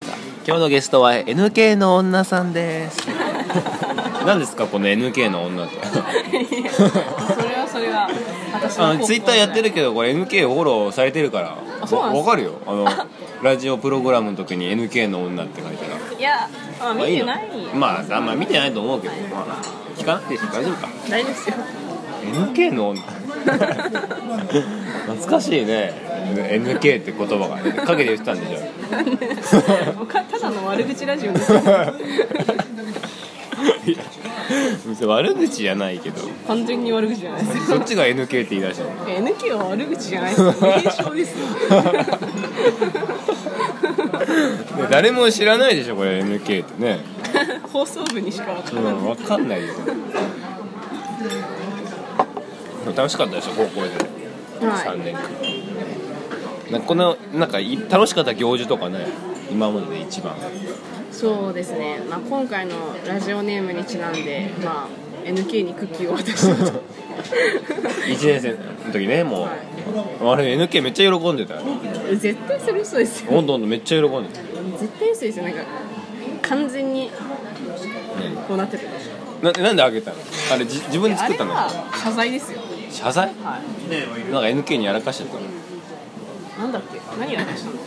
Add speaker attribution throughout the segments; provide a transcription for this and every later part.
Speaker 1: 今日のゲストは NK の女さんです
Speaker 2: 何ですかこの NK の女って
Speaker 3: それはそれは私の
Speaker 2: あ
Speaker 3: 方
Speaker 2: の
Speaker 3: 向
Speaker 2: ツイッターやってる
Speaker 3: じ
Speaker 2: けどこれ NK フォローされてるから
Speaker 3: あそうなん
Speaker 2: わ
Speaker 3: です
Speaker 2: わかるよあのラジオプログラムの時に NK の女って書いたら
Speaker 3: ゃないいや、まあ、見
Speaker 2: まあいい
Speaker 3: て
Speaker 2: の
Speaker 3: ないよ
Speaker 2: まああんま見てないと思うけどまあ聞かなくていいし大丈夫か
Speaker 3: ないですよ
Speaker 2: NK の女 懐かしいね NK って言葉がね陰で言ってたんでしょ
Speaker 3: 僕はただの悪口ラジオですよ
Speaker 2: いや別に悪口じゃないけど
Speaker 3: 完全に悪口じゃないですよ
Speaker 2: そっちが NK って言い出したの
Speaker 3: NK は悪口じゃないですよ名称ですよ
Speaker 2: ね誰も知らないでしょこれ NK ってね
Speaker 3: 放送部にしか分か
Speaker 2: うん
Speaker 3: ない、
Speaker 2: 分かんないよ楽しかったでしょ高校で
Speaker 3: は
Speaker 2: 3年間、なんかこのなんかい楽しかった行事とかね今までで一番
Speaker 3: い、そうですね、まあ、今回のラジオネームにちなんで、まあ、NK にクッキーを渡したと
Speaker 2: 1年生の時ねもう、あれ NK めっちゃ喜んでたよ
Speaker 3: 絶対それ嘘ですよ
Speaker 2: ほんとほんとめっちゃ喜んでた、ね、
Speaker 3: 絶対嘘ですよなんか完全にこうなってる
Speaker 2: ななんであげたのあれじ自分で
Speaker 3: あ
Speaker 2: 作っ
Speaker 3: れ
Speaker 2: たの
Speaker 3: は謝罪ですよ
Speaker 2: 謝罪
Speaker 3: はい
Speaker 2: なんか NK にやらかしちゃったの
Speaker 3: なんだっけ何やらかしたんだっ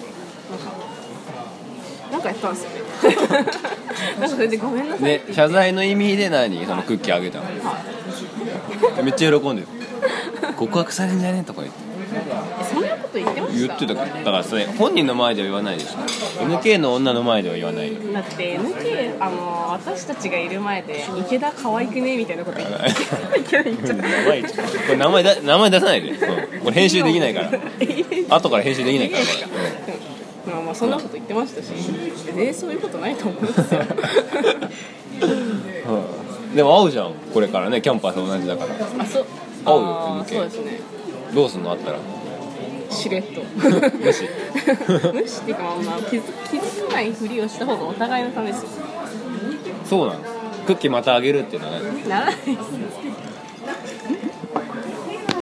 Speaker 3: けなんかなんかやったんです よねなんかそれでごめんなさい
Speaker 2: で謝罪の意味で何そのクッキーあげたのめっちゃ喜 んでた告白されんじゃねえとか言って
Speaker 3: えそんなこと言ってまし
Speaker 2: 言
Speaker 3: た
Speaker 2: ってたからだからそれ本人の前では言わないでしょ NK の女の前では言わないよ
Speaker 3: だって NK あの私たちがいる前で池田可愛くねみたいなこと言って池田言っちゃっ
Speaker 2: 名前これ名前だ名前出さないで、うんこれ編集できない から
Speaker 3: た
Speaker 2: 後から編集できないからこ
Speaker 3: まあまあそんなこと言ってましたし全然そういうことないと思う んですよ
Speaker 2: れうんでも会うじゃんこれからねキャンパーと同じだから
Speaker 3: あそう
Speaker 2: 合うよ
Speaker 3: あー
Speaker 2: NK
Speaker 3: そうですね
Speaker 2: どうすんのあったら
Speaker 3: しれっと
Speaker 2: 無視
Speaker 3: 無視っていうかまあまあ気づ気づかないふりをした方がお互いのためですよ
Speaker 2: そうなのクッキーまたあげるっていうのはね
Speaker 3: ならないです